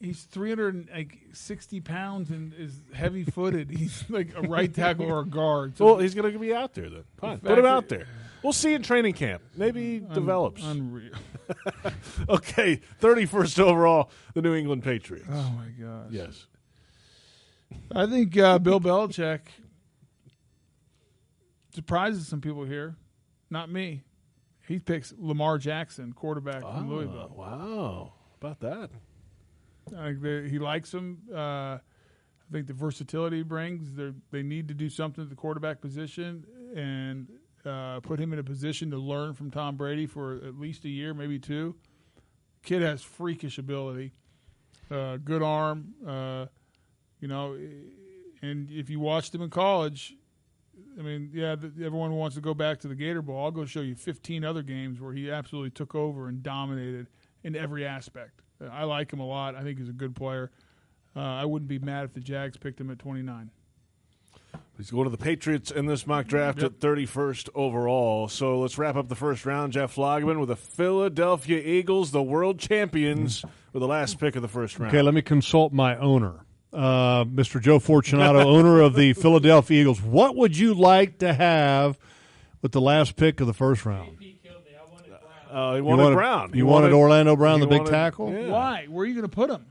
He's 360 pounds and is heavy footed. He's like a right tackle or a guard. So Well, he's going to be out there then. Fine. Put him fact out there. We'll see in training camp. Maybe he develops. unreal. okay, 31st overall, the New England Patriots. Oh my gosh. yes. I think uh, Bill Belichick surprises some people here. Not me. He picks Lamar Jackson, quarterback from Oh, Louisville. wow. About that. I think they, he likes him. Uh, I think the versatility he brings. They they need to do something at the quarterback position and uh, put him in a position to learn from Tom Brady for at least a year, maybe two. Kid has freakish ability, uh, good arm. Uh, you know, and if you watched him in college, I mean, yeah, th- everyone wants to go back to the Gator Bowl. I'll go show you 15 other games where he absolutely took over and dominated in every aspect. Uh, I like him a lot. I think he's a good player. Uh, I wouldn't be mad if the Jags picked him at 29. He's going to the Patriots in this mock draft at 31st overall. So let's wrap up the first round. Jeff Logman with the Philadelphia Eagles, the world champions, Mm. with the last pick of the first round. Okay, let me consult my owner, uh, Mr. Joe Fortunato, owner of the Philadelphia Eagles. What would you like to have with the last pick of the first round? You Uh, he wanted, Brown. He You wanted, Orlando Brown, he the big wanted- tackle. yeah. Why? Where are you going to put him?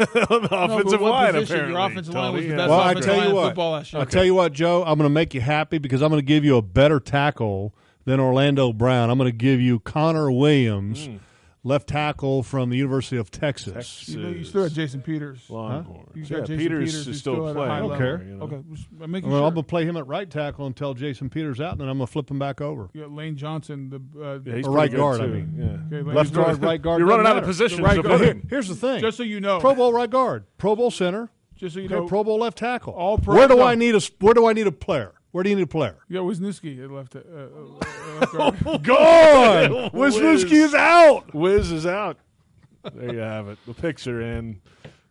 offensive what line, position? Your apparently. offensive line Tony, was the yeah. best Well, I offensive tell line you in what, football last year. I tell you what, Joe, I'm going to make you happy because I'm going to give you a better tackle than Orlando Brown. I'm going to give you Connor Williams, Mm. left tackle from the University of Texas. You, know, you still had Jason Peters. Longhorns. You Yeah, got Jason Peters, who's is still, at a playing. high don't level. care. You know? Okay, just- I'm making Well, sure. I'm going to play him at right tackle until Jason Peters out, and then I'm going to flip him back over. you got Lane Johnson, the uh, Yeah, he's Or right pretty good, guard, too. I mean. Yeah. okay, Lane Johnson. Left guard, right guard. You're running out doesn't of matter. positions The right to guard- put Here- in. here's the thing. Just so you know, Pro Bowl right guard, Pro Bowl center, just so you okay, know, Pro Bowl left tackle. All pro- where do no. I need a s- Where do I need a player? Where do you need a player? you got Wisniewski at left. Uh, uh, uh, left guard. Gone. Wiz. Wisniewski is out. Wiz is out. There you have it. The picks are in.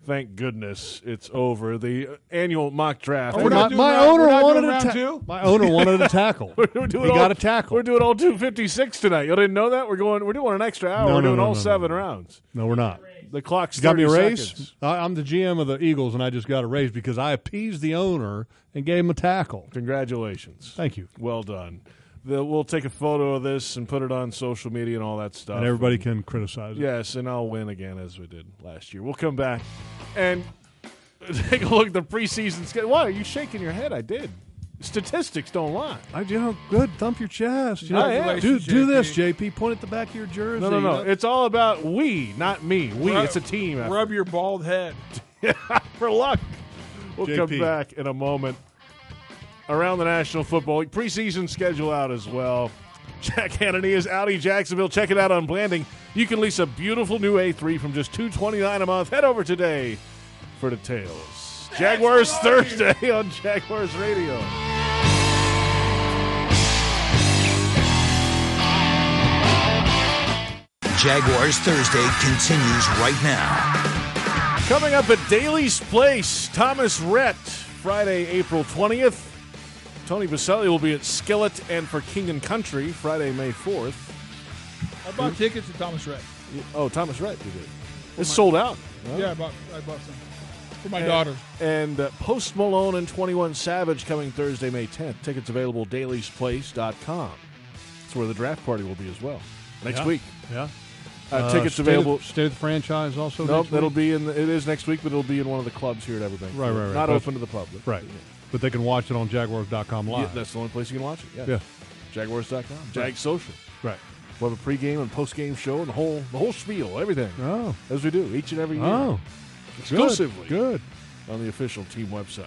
Thank goodness it's over. The uh, annual mock draft. We're not my doing my round- owner we're not wanted doing a round ta- two? My owner wanted a tackle. We're doing he all, got a tackle. We're doing all 256 tonight. You didn't know that? We're going. We're doing an extra hour. No, we're no, doing no, all no, no, seven no. rounds. no, we're not. The clock's You got me a 30 raise. seconds. I, I'm the GM of the Eagles, and I just got a raise because I appeased the owner and gave him a tackle. Congratulations. Thank you. Well done. The, we'll take a photo of this and put it on social media and all that stuff. And everybody can criticize it. Yes, and I'll win again as we did last year. We'll come back and take a look at the preseason schedule. Why are you shaking your head? I did. Statistics don't lie. I, you know, good. Thump your chest. You know, I am. do do this, JP. Point at the back of your jersey. No, no, you no. know. It's all about we, not me. We. Rub- It's a team. effort. Rub your bald head. for luck. We'll come JP. back in a moment. Around the National Football League preseason schedule out as well. Jack Hannity is outie Jacksonville. Check it out on Blanding. You can lease a beautiful new A3 from just two twenty nine a month. Head over today for details. Jaguars Thursday on Jaguars Radio. Jaguars Thursday continues right now. Coming up at Daly's Place, Thomas Rhett, Friday, April 20th. Tony Baselli will be at Skillet and for King and Country, Friday, May 4th. I bought tickets to Thomas Rhett. Oh, Thomas Rhett did it. Oh, It's sold out. Yeah, I bought, I bought some for my daughter. And uh, Post Malone and 21 Savage coming Thursday, May 10th. Tickets available dailiesplace.com. That's where the draft party will be as well. Next Yeah. week. Yeah. Uh, Uh, tickets state available. Of, state of the franchise also. nope, next week? that'll be in the, it is next week, but it'll be in one of the clubs here at Everbank. Right, right, right. Not But- open to the public. right. But they can watch it on Jaguars.com Yeah, live. that's the only place you can watch it. Yeah. Yeah. Jaguars.com. Jag Social. right. We'll have a pregame and postgame show and the whole the whole spiel, everything. Oh. As we do each and every year. Oh, good, exclusively. Good. on the official team website.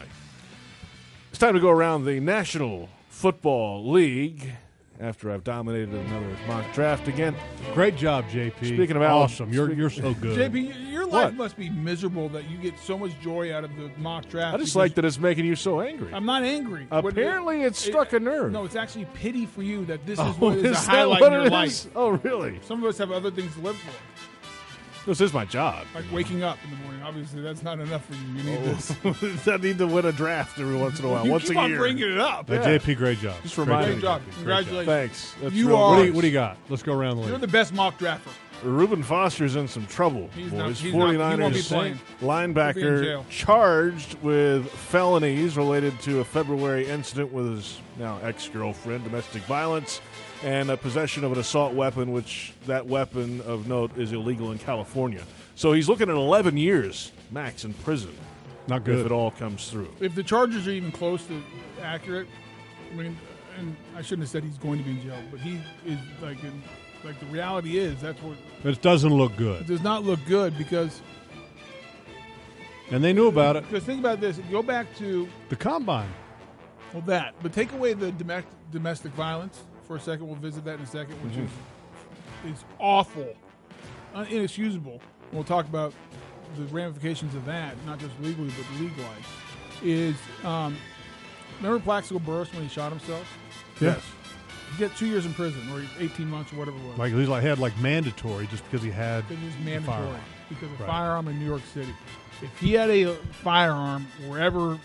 It's time to go around the National Football League after I've dominated another mock draft again. Great job, JP. Speaking of Allen- awesome, you're you're so good. JP, y- your life What? must be miserable that you get so much joy out of the mock draft. I just because- like that it's making you so angry. I'm not angry. What- Apparently, it struck a nerve. No, it's actually pity for you that this is Oh, what is, is a that highlight what in your it life. is? Oh, really? Some of us have other things to live for, This is my job. like waking up in the morning. Obviously, that's not enough for you. You need this. I need to win a draft every once in a while, You Oh. once keep a on year. bringing it up. Now, Yeah. JP, great job. Just Great reminding Great job. Congratulations. Thanks. That's You real are- What do, nice. you, what do you got? Let's go around the You're league. the best mock drafter. Reuben Foster's in some trouble. He's boys. not- he's not- he 49ers won't be playing. He'll be in linebacker jail. charged with felonies related to a February incident with his now ex-girlfriend, domestic violence, and a possession of an assault weapon, which that weapon of note is illegal in California. So he's looking at 11 years max in prison Not if good. it all comes through. If the Chargers are even close to accurate, I mean, and I shouldn't have said he's going to be in jail, but he is like, in, like the reality is that's what It doesn't look it good. does not look good because And they knew about it. because think about this. Go back to The combine. Well, that. But take away the domestic domestic violence for a second. We'll visit that in a second, which is is awful, uh, inexcusable. We'll talk about the ramifications of that, not just legally but league wise. Is um, remember Plaxico Burress when he shot himself? Yes. He got two years in prison or eighteen months or whatever it was. Like he's like had like mandatory just because he had Because it's the mandatory. firearm. Because a Right. firearm in New York City. If he had a firearm wherever,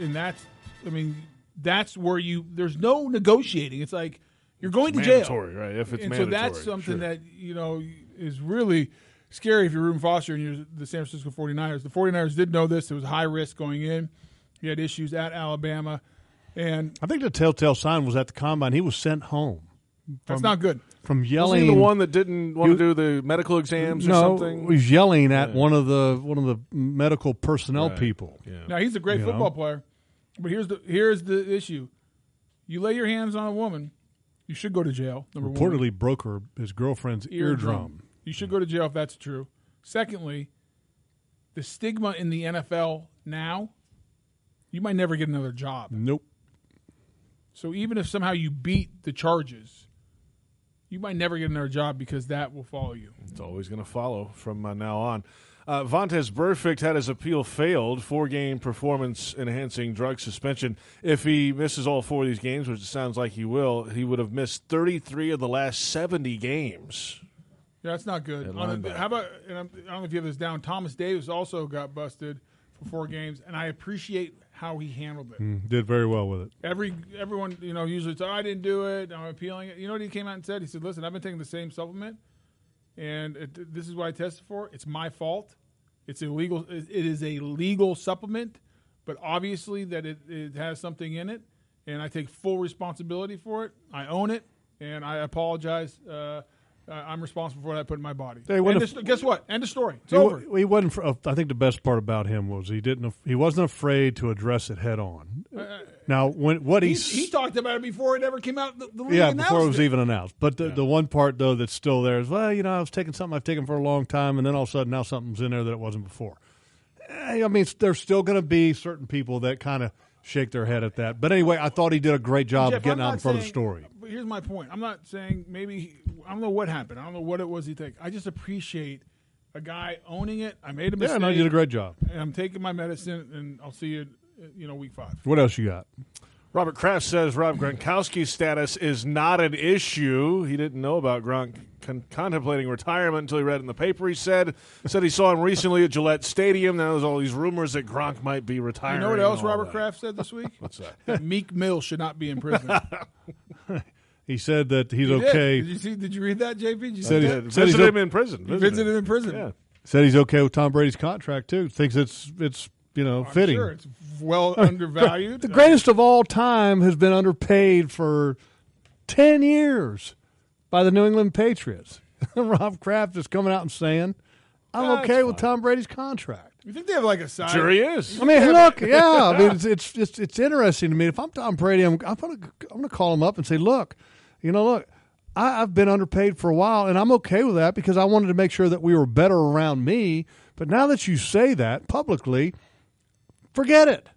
and that's, I mean, that's where you. There's no negotiating. It's like you're going to jail. Mandatory, right? If it's and mandatory. so that's something sure. that you know is really scary if you're Ruben Foster and you're the San Francisco 49ers. The 49ers did know this. It was high risk going in. He had issues at Alabama, and I think the telltale sign was at the combine. He was sent home. That's not good. from Wasn't yelling. he the one that didn't want You- to do the medical exams no, or something? was yelling at one of the one of the medical personnel Right. people. Now he's a great You know? football player, but here's the here's the issue: you lay your hands on a woman, you should go to jail. Number one, Reportedly broke her his girlfriend's eardrum. You should go to jail if that's true. Secondly, the stigma in the NFL now, you might never get another job. Nope. So even if somehow you beat the charges, you might never get another job because that will follow you. It's always going to follow from uh, now on. Uh, Vontez Burfict had his appeal failed, four game performance enhancing drug suspension. If he misses all four of these games, which it sounds like he will, he would have missed 33 of the last 70 games. Yeah, that's not good. At On the- linebacker. how about? And I'm, I don't know if you have this down. Thomas Davis also got busted for four games, and I appreciate how he handled it. Did very well with it. Every everyone, you know, usually it's oh, I didn't do it. I'm appealing it. You know what he came out and said? He said, "Listen, I've been taking the same supplement, and it, this is what I tested for. It's my fault. It's illegal. It it is a legal supplement, but obviously that it, it has something in it, and I take full responsibility for it. I own it, and I apologize. Uh, I- I'm responsible for what I put in my body. They End of wouldn't have- sto- guess what? End of story. It's He, wa- over. he wasn't. fr- I think the best part about him was he didn't. af- He wasn't afraid to address it head on. now, when what he, he, Uh, he talked about it before it ever came out. The, the league yeah, before it announced was even announced. But the, the one part though that's still there is well, you know, I was taking something I've taken for a long time, and then all of a sudden now something's in there that it wasn't before. Eh, I mean, it's- there's still going to be certain people that kind of shake their head at that. But anyway, I thought he did a great job of Jeff, getting I'm out not in front of the saying- story. But here's my point. I'm not saying maybe he, I don't know what happened. I don't know what it was he took. I just appreciate a guy owning it. I made a Yeah, mistake. no, you did a great job. and I'm taking my medicine, and I'll see you, uh, you know, week five. What else you got? Robert Kraft says Rob Gronkowski's status is not an issue. He didn't know about Gronk con- contemplating retirement until he read it in the paper. He said said he saw him recently at Gillette Stadium. Now there's all these rumors that Gronk might be You retiring. know what and else all Robert that. Kraft said this week? What's that? That Meek Mill should not be in prison. He said that he's He did. okay. Did you see? Did you read that, JP? Did you see Said he- that? said he's Visited o- him in prison. He visited him in prison. Yeah. said he's okay with Tom Brady's contract too. Thinks it's it's you know I'm fitting. Sure, it's well undervalued. The greatest of all time has been underpaid for ten years by the New England Patriots. Rob Kraft is coming out and saying, "I'm That's okay with Tom Brady's contract." You think they have like a side? Sure he is. I mean, look, yeah, I mean, it's it's it's, it's interesting to me. If I'm Tom Brady, I'm I'm gonna I'm gonna call him up and say, "Look, you know, look." I, I've been underpaid for a while, and I'm okay with that because I wanted to make sure that we were better around me. But now that you say that publicly, forget it.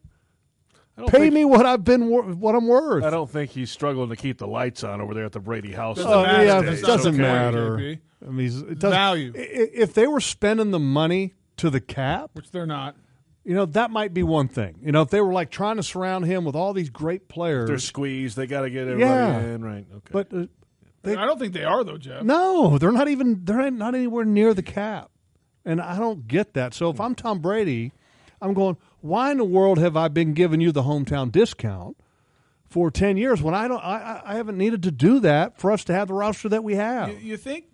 I don't Pay think- me what I've been wor- what I'm worth. I don't think he's struggling to keep the lights on over there at the Brady house. Doesn't Oh, matter. yeah, That's it not the doesn't point, matter. JP. I mean, it doesn't, Value. I- i- If they were spending the money to the cap, Which they're not. you know that might be one thing. You know, if they were like trying to surround him with all these great They're players, squeezed. They got to get everybody Yeah. in right. Okay. but uh, They- I don't think they are though, Jeff. no, they're not even they're not anywhere near the cap, and I don't get that. So Hmm. if I'm Tom Brady, I'm going. Why in the world have I been giving you the hometown discount for ten years when I don't? I, I I haven't needed to do that for us to have the roster that we have. You, you think?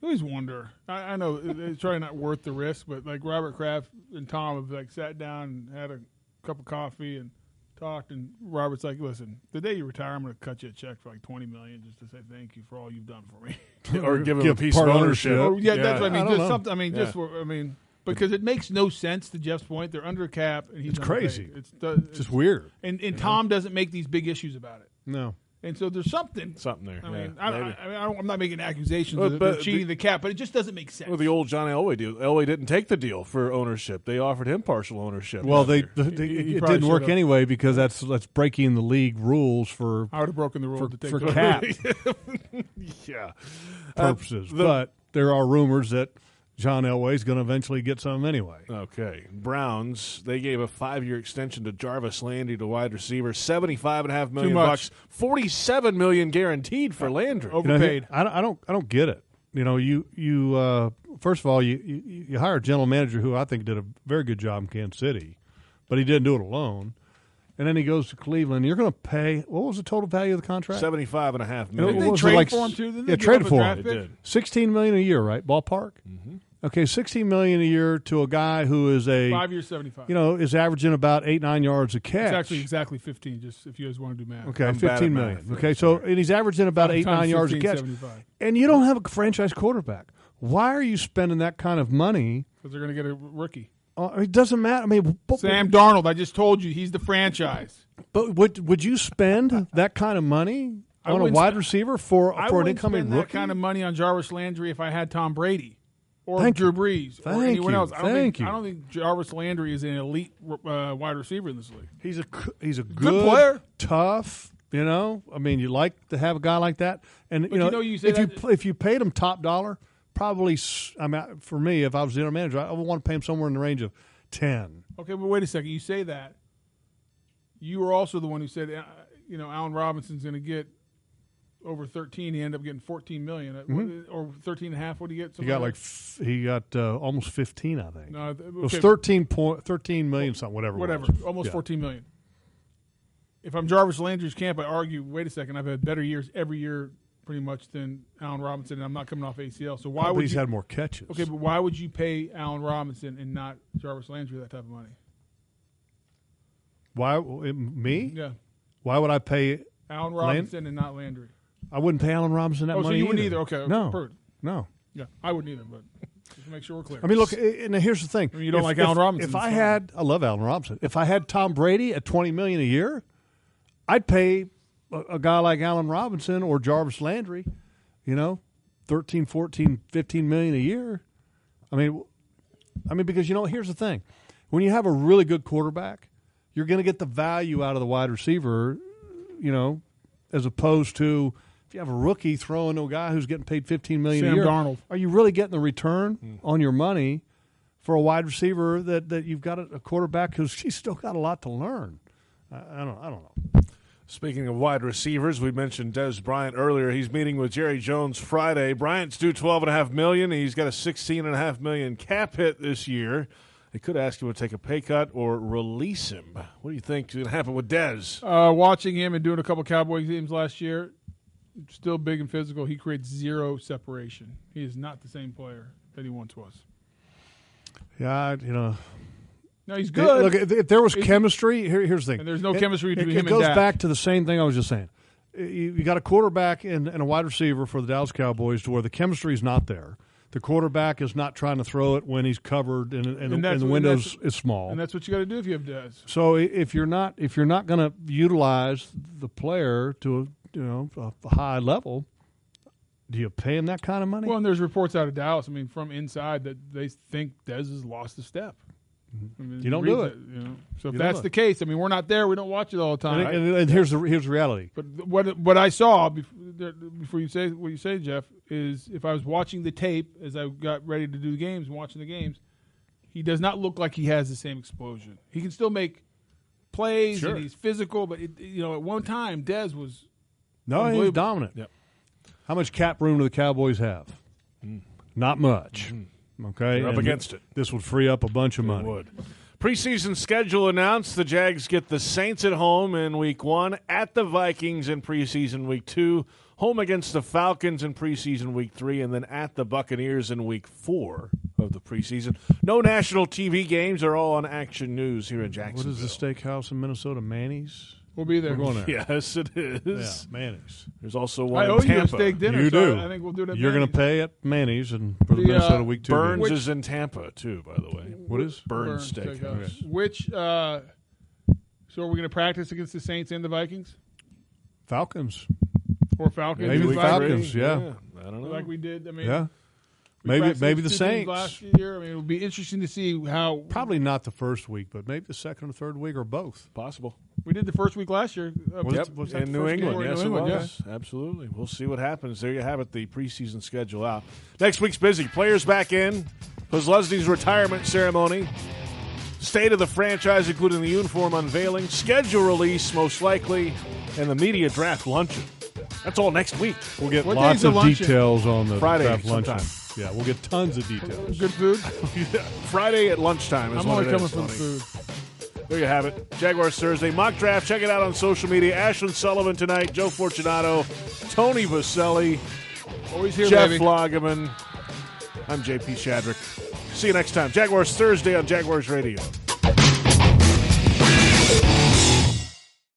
You always wonder. I, I know it- it's probably not worth the risk, but like Robert Kraft and Tom have like sat down and had a cup of coffee and talked, and Robert's like, "Listen, the day you retire, I'm going to cut you a check for like twenty million just to say thank you for all you've done for me." or give him Give a piece of part ownership. ownership. Or, yeah, that's what I mean. I don't just know. something. I mean, just Yeah. what- I mean, because it makes no sense to Jeff's point. They're under cap, and he's It's crazy. underpaid. It's, the- It's just weird. And and Tom doesn't make these big issues about it. No. And so there's something. Something there, I mean, yeah, I, don't- maybe. I, I mean I don't, I'm not making accusations Well, of they're but cheating the, cap, but it just doesn't make sense. Well, the old John Elway deal. Elway didn't take the deal for ownership. They offered him partial ownership. Well, they, after. they it- He- he it probably didn't work should've. anyway because that's that's breaking the league rules for I would have broken the rule for, to take for the- cap yeah. Uh, purposes. the- but there are rumors that John Elway's going to eventually get some anyway. Okay. Browns, they gave a five year extension to Jarvis Landry to wide receiver, seventy five and a half million much. bucks, forty seven million guaranteed for Landry. Uh, You know, Overpaid. I don't, I don't I don't get it. You know, you you uh, first of all you, you you hire a general manager who I think did a very good job in Kansas City, but he didn't do it alone. And then he goes to Cleveland. You're going to pay. What was the total value of the contract? Seventy five and a half You know, million. what they was it, trade like for him, s- too? Didn't they yeah, give trade up a for draft him. pick? They did. Mm-hmm. 16 million a year, right? Ballpark. Okay, sixteen million a year to a guy who is a Five years, seventy-five. you know is averaging about eight nine yards a catch. it's actually exactly fifteen. Just if you guys want to do math. Okay, I'm bad at fifteen million. math. Okay, so and he's averaging about eight Times nine yards a 15, catch, 75. and you don't have a franchise quarterback. Why are you spending that kind of money? Because they're going to get a rookie. Uh, it doesn't matter. I mean, but, Sam Darnold. I just told you he's the franchise. but would would you spend that kind of money I on a wouldn't wide spe- receiver for I for an wouldn't incoming spend rookie? that kind of money on Jarvis Landry if I had Tom Brady or Thank Drew Brees Thank or anyone you. else. I don't Thank think, you. I don't think Jarvis Landry is an elite uh, wide receiver in this league. He's a c- he's a good, player. tough. You know, I mean, you like to have a guy like that, and you know, you know, you say if you that- pl- if you paid him top dollar, probably. s- I mean, for me, if I was the general manager, I would want to pay him somewhere in the range of ten. Okay, but wait a second. You say that. You were also the one who said, uh, you know, Allen Robinson's going to get over 13. He ended up getting 14 million, uh, what- or 13 and a half. What do you get? Mm-hmm. Something He got like like f- he got uh, almost fifteen, I think. that? no, th- it was okay, 13 point, 13 million something, whatever. it whatever, was. almost Yeah. 14 million. If I'm Jarvis Landry's camp, I argue. Wait a second. I've had better years every year, pretty much, than Allen Robinson, and I'm not coming off ACL. So why But would he's you? had more catches. okay, but why would you pay Allen Robinson and not Jarvis Landry that type of money? why eh, me? Yeah, Why would I pay? Allen Land- Robinson and not Landry. I wouldn't pay Allen Robinson that Oh, so money. you wouldn't either. either. Okay, no, perfect. no. Yeah, I wouldn't either, but just to make sure we're clear. I mean, look, eh, and here's the thing. mean, you don't like Allen Robinson, If that's I fine. had, I love Allen Robinson. If I had Tom Brady at twenty million a year, I'd pay a, a guy like Allen Robinson or Jarvis Landry, you know, 13, 14, 15 million a year. I mean, w- I mean because you know, here's the thing: when you have a really good quarterback, you're going to get the value out of the wide receiver, you know, as opposed to. If you have a rookie throwing to a guy who's getting paid fifteen million Sam a year, Darnold. are you really getting the return on your money for a wide receiver that, that you've got a, a quarterback who's she's still got a lot to learn? I, I don't I don't know. Speaking of wide receivers, we mentioned Des Bryant earlier. He's meeting with Jerry Jones Friday. Bryant's due twelve and a half million. He's got a sixteen and a half million cap hit this year. They could ask him to take a pay cut or release him. What do you think is going to happen with Des? uh, watching him and doing a couple Cowboy games last year, still big and physical. He creates zero separation. He is not the same player that he once was. Yeah, I- you know. No, he's Hey, good. Look, if, if there was It- chemistry, here, here's the thing. And there's no It- chemistry it, between it him and goes Dak. back to the same thing I was just saying. You, you got a quarterback and, and a wide receiver for the Dallas Cowboys to where the chemistry is not there. The quarterback is not trying to throw it when he's covered and, and, that's- the- and the and windows that's- is small. and that's what you got to do if you have Dez. So i- if you're not if you're not going to utilize the player to a, you know a high level, do you pay him that kind of money? Well, and there's reports out of Dallas. I mean, from inside that they think Dez has lost a step. I mean, You don't do read it. that, you know? So if You don't that's do it. the case, I mean, we're not there. We don't watch it all the time. and, and- and here's the here's the reality. But th- what what I saw before, before you say what you say, Jeff, is if I was watching the tape as I got ready to do the games and watching the games, he does not look like he has the same explosion. He can still make plays Sure. and he's physical, but it, you know, at one time Dez was No, he's Unbelievable. dominant. Yep. How much cap room do the Cowboys have? Not much. Okay, You're up And against it. This would free up a bunch of money. Wood. Preseason schedule announced. The Jags get the Saints at home in week one, at the Vikings in preseason week two, home against the Falcons in preseason week three, and then at the Buccaneers in week four of the preseason. No national TV games are all on Action News here in What Jacksonville. is the steakhouse in Minnesota? Manny's. we'll be there. We're going there. Yes, it is. Yeah, Manny's. There's also one I in owe you a Tampa. steak dinner. you so do. I think we'll do that. You're going to pay at Manny's and for the, The, uh, Minnesota Week Two. Burns game. is in Tampa too, by the way. What is? Burns, Steakhouse? Which uh, so are we going to practice against the Saints and the Vikings Falcons. or Falcons? Maybe and the Week Vikings? Falcons. three? yeah. I don't know. like we did. I mean, Yeah. We Maybe practiced maybe the two teams Saints. last year. I mean, it'll be interesting to see how Probably not the first week, but maybe the second or third week or both. Possible. we did the first week last year. Uh, Was- Yep, was that in the New first game? England. Or in Yes, New it England, was. Absolutely. We'll see what happens. There you have it, the preseason schedule out. Next week's busy. Players back in. Kozlowski's retirement ceremony. State of the franchise, including the uniform unveiling, schedule release, most likely, and the media draft luncheon. That's all next week. We'll get What lots day's the of luncheon? details on the Friday draft luncheon. sometime. Yeah, we'll get tons of details. Good food. Friday at lunchtime is I'm what only it coming is, for the Lonnie. food. There you have it. Jaguars Thursday mock draft. Check it out on social media. Ashlyn Sullivan tonight, Joe Fortunato, Tony Vaselli. Always here, Jeff baby. Loggeman. I'm JP Shadrick. See you next time. Jaguars Thursday on Jaguars Radio.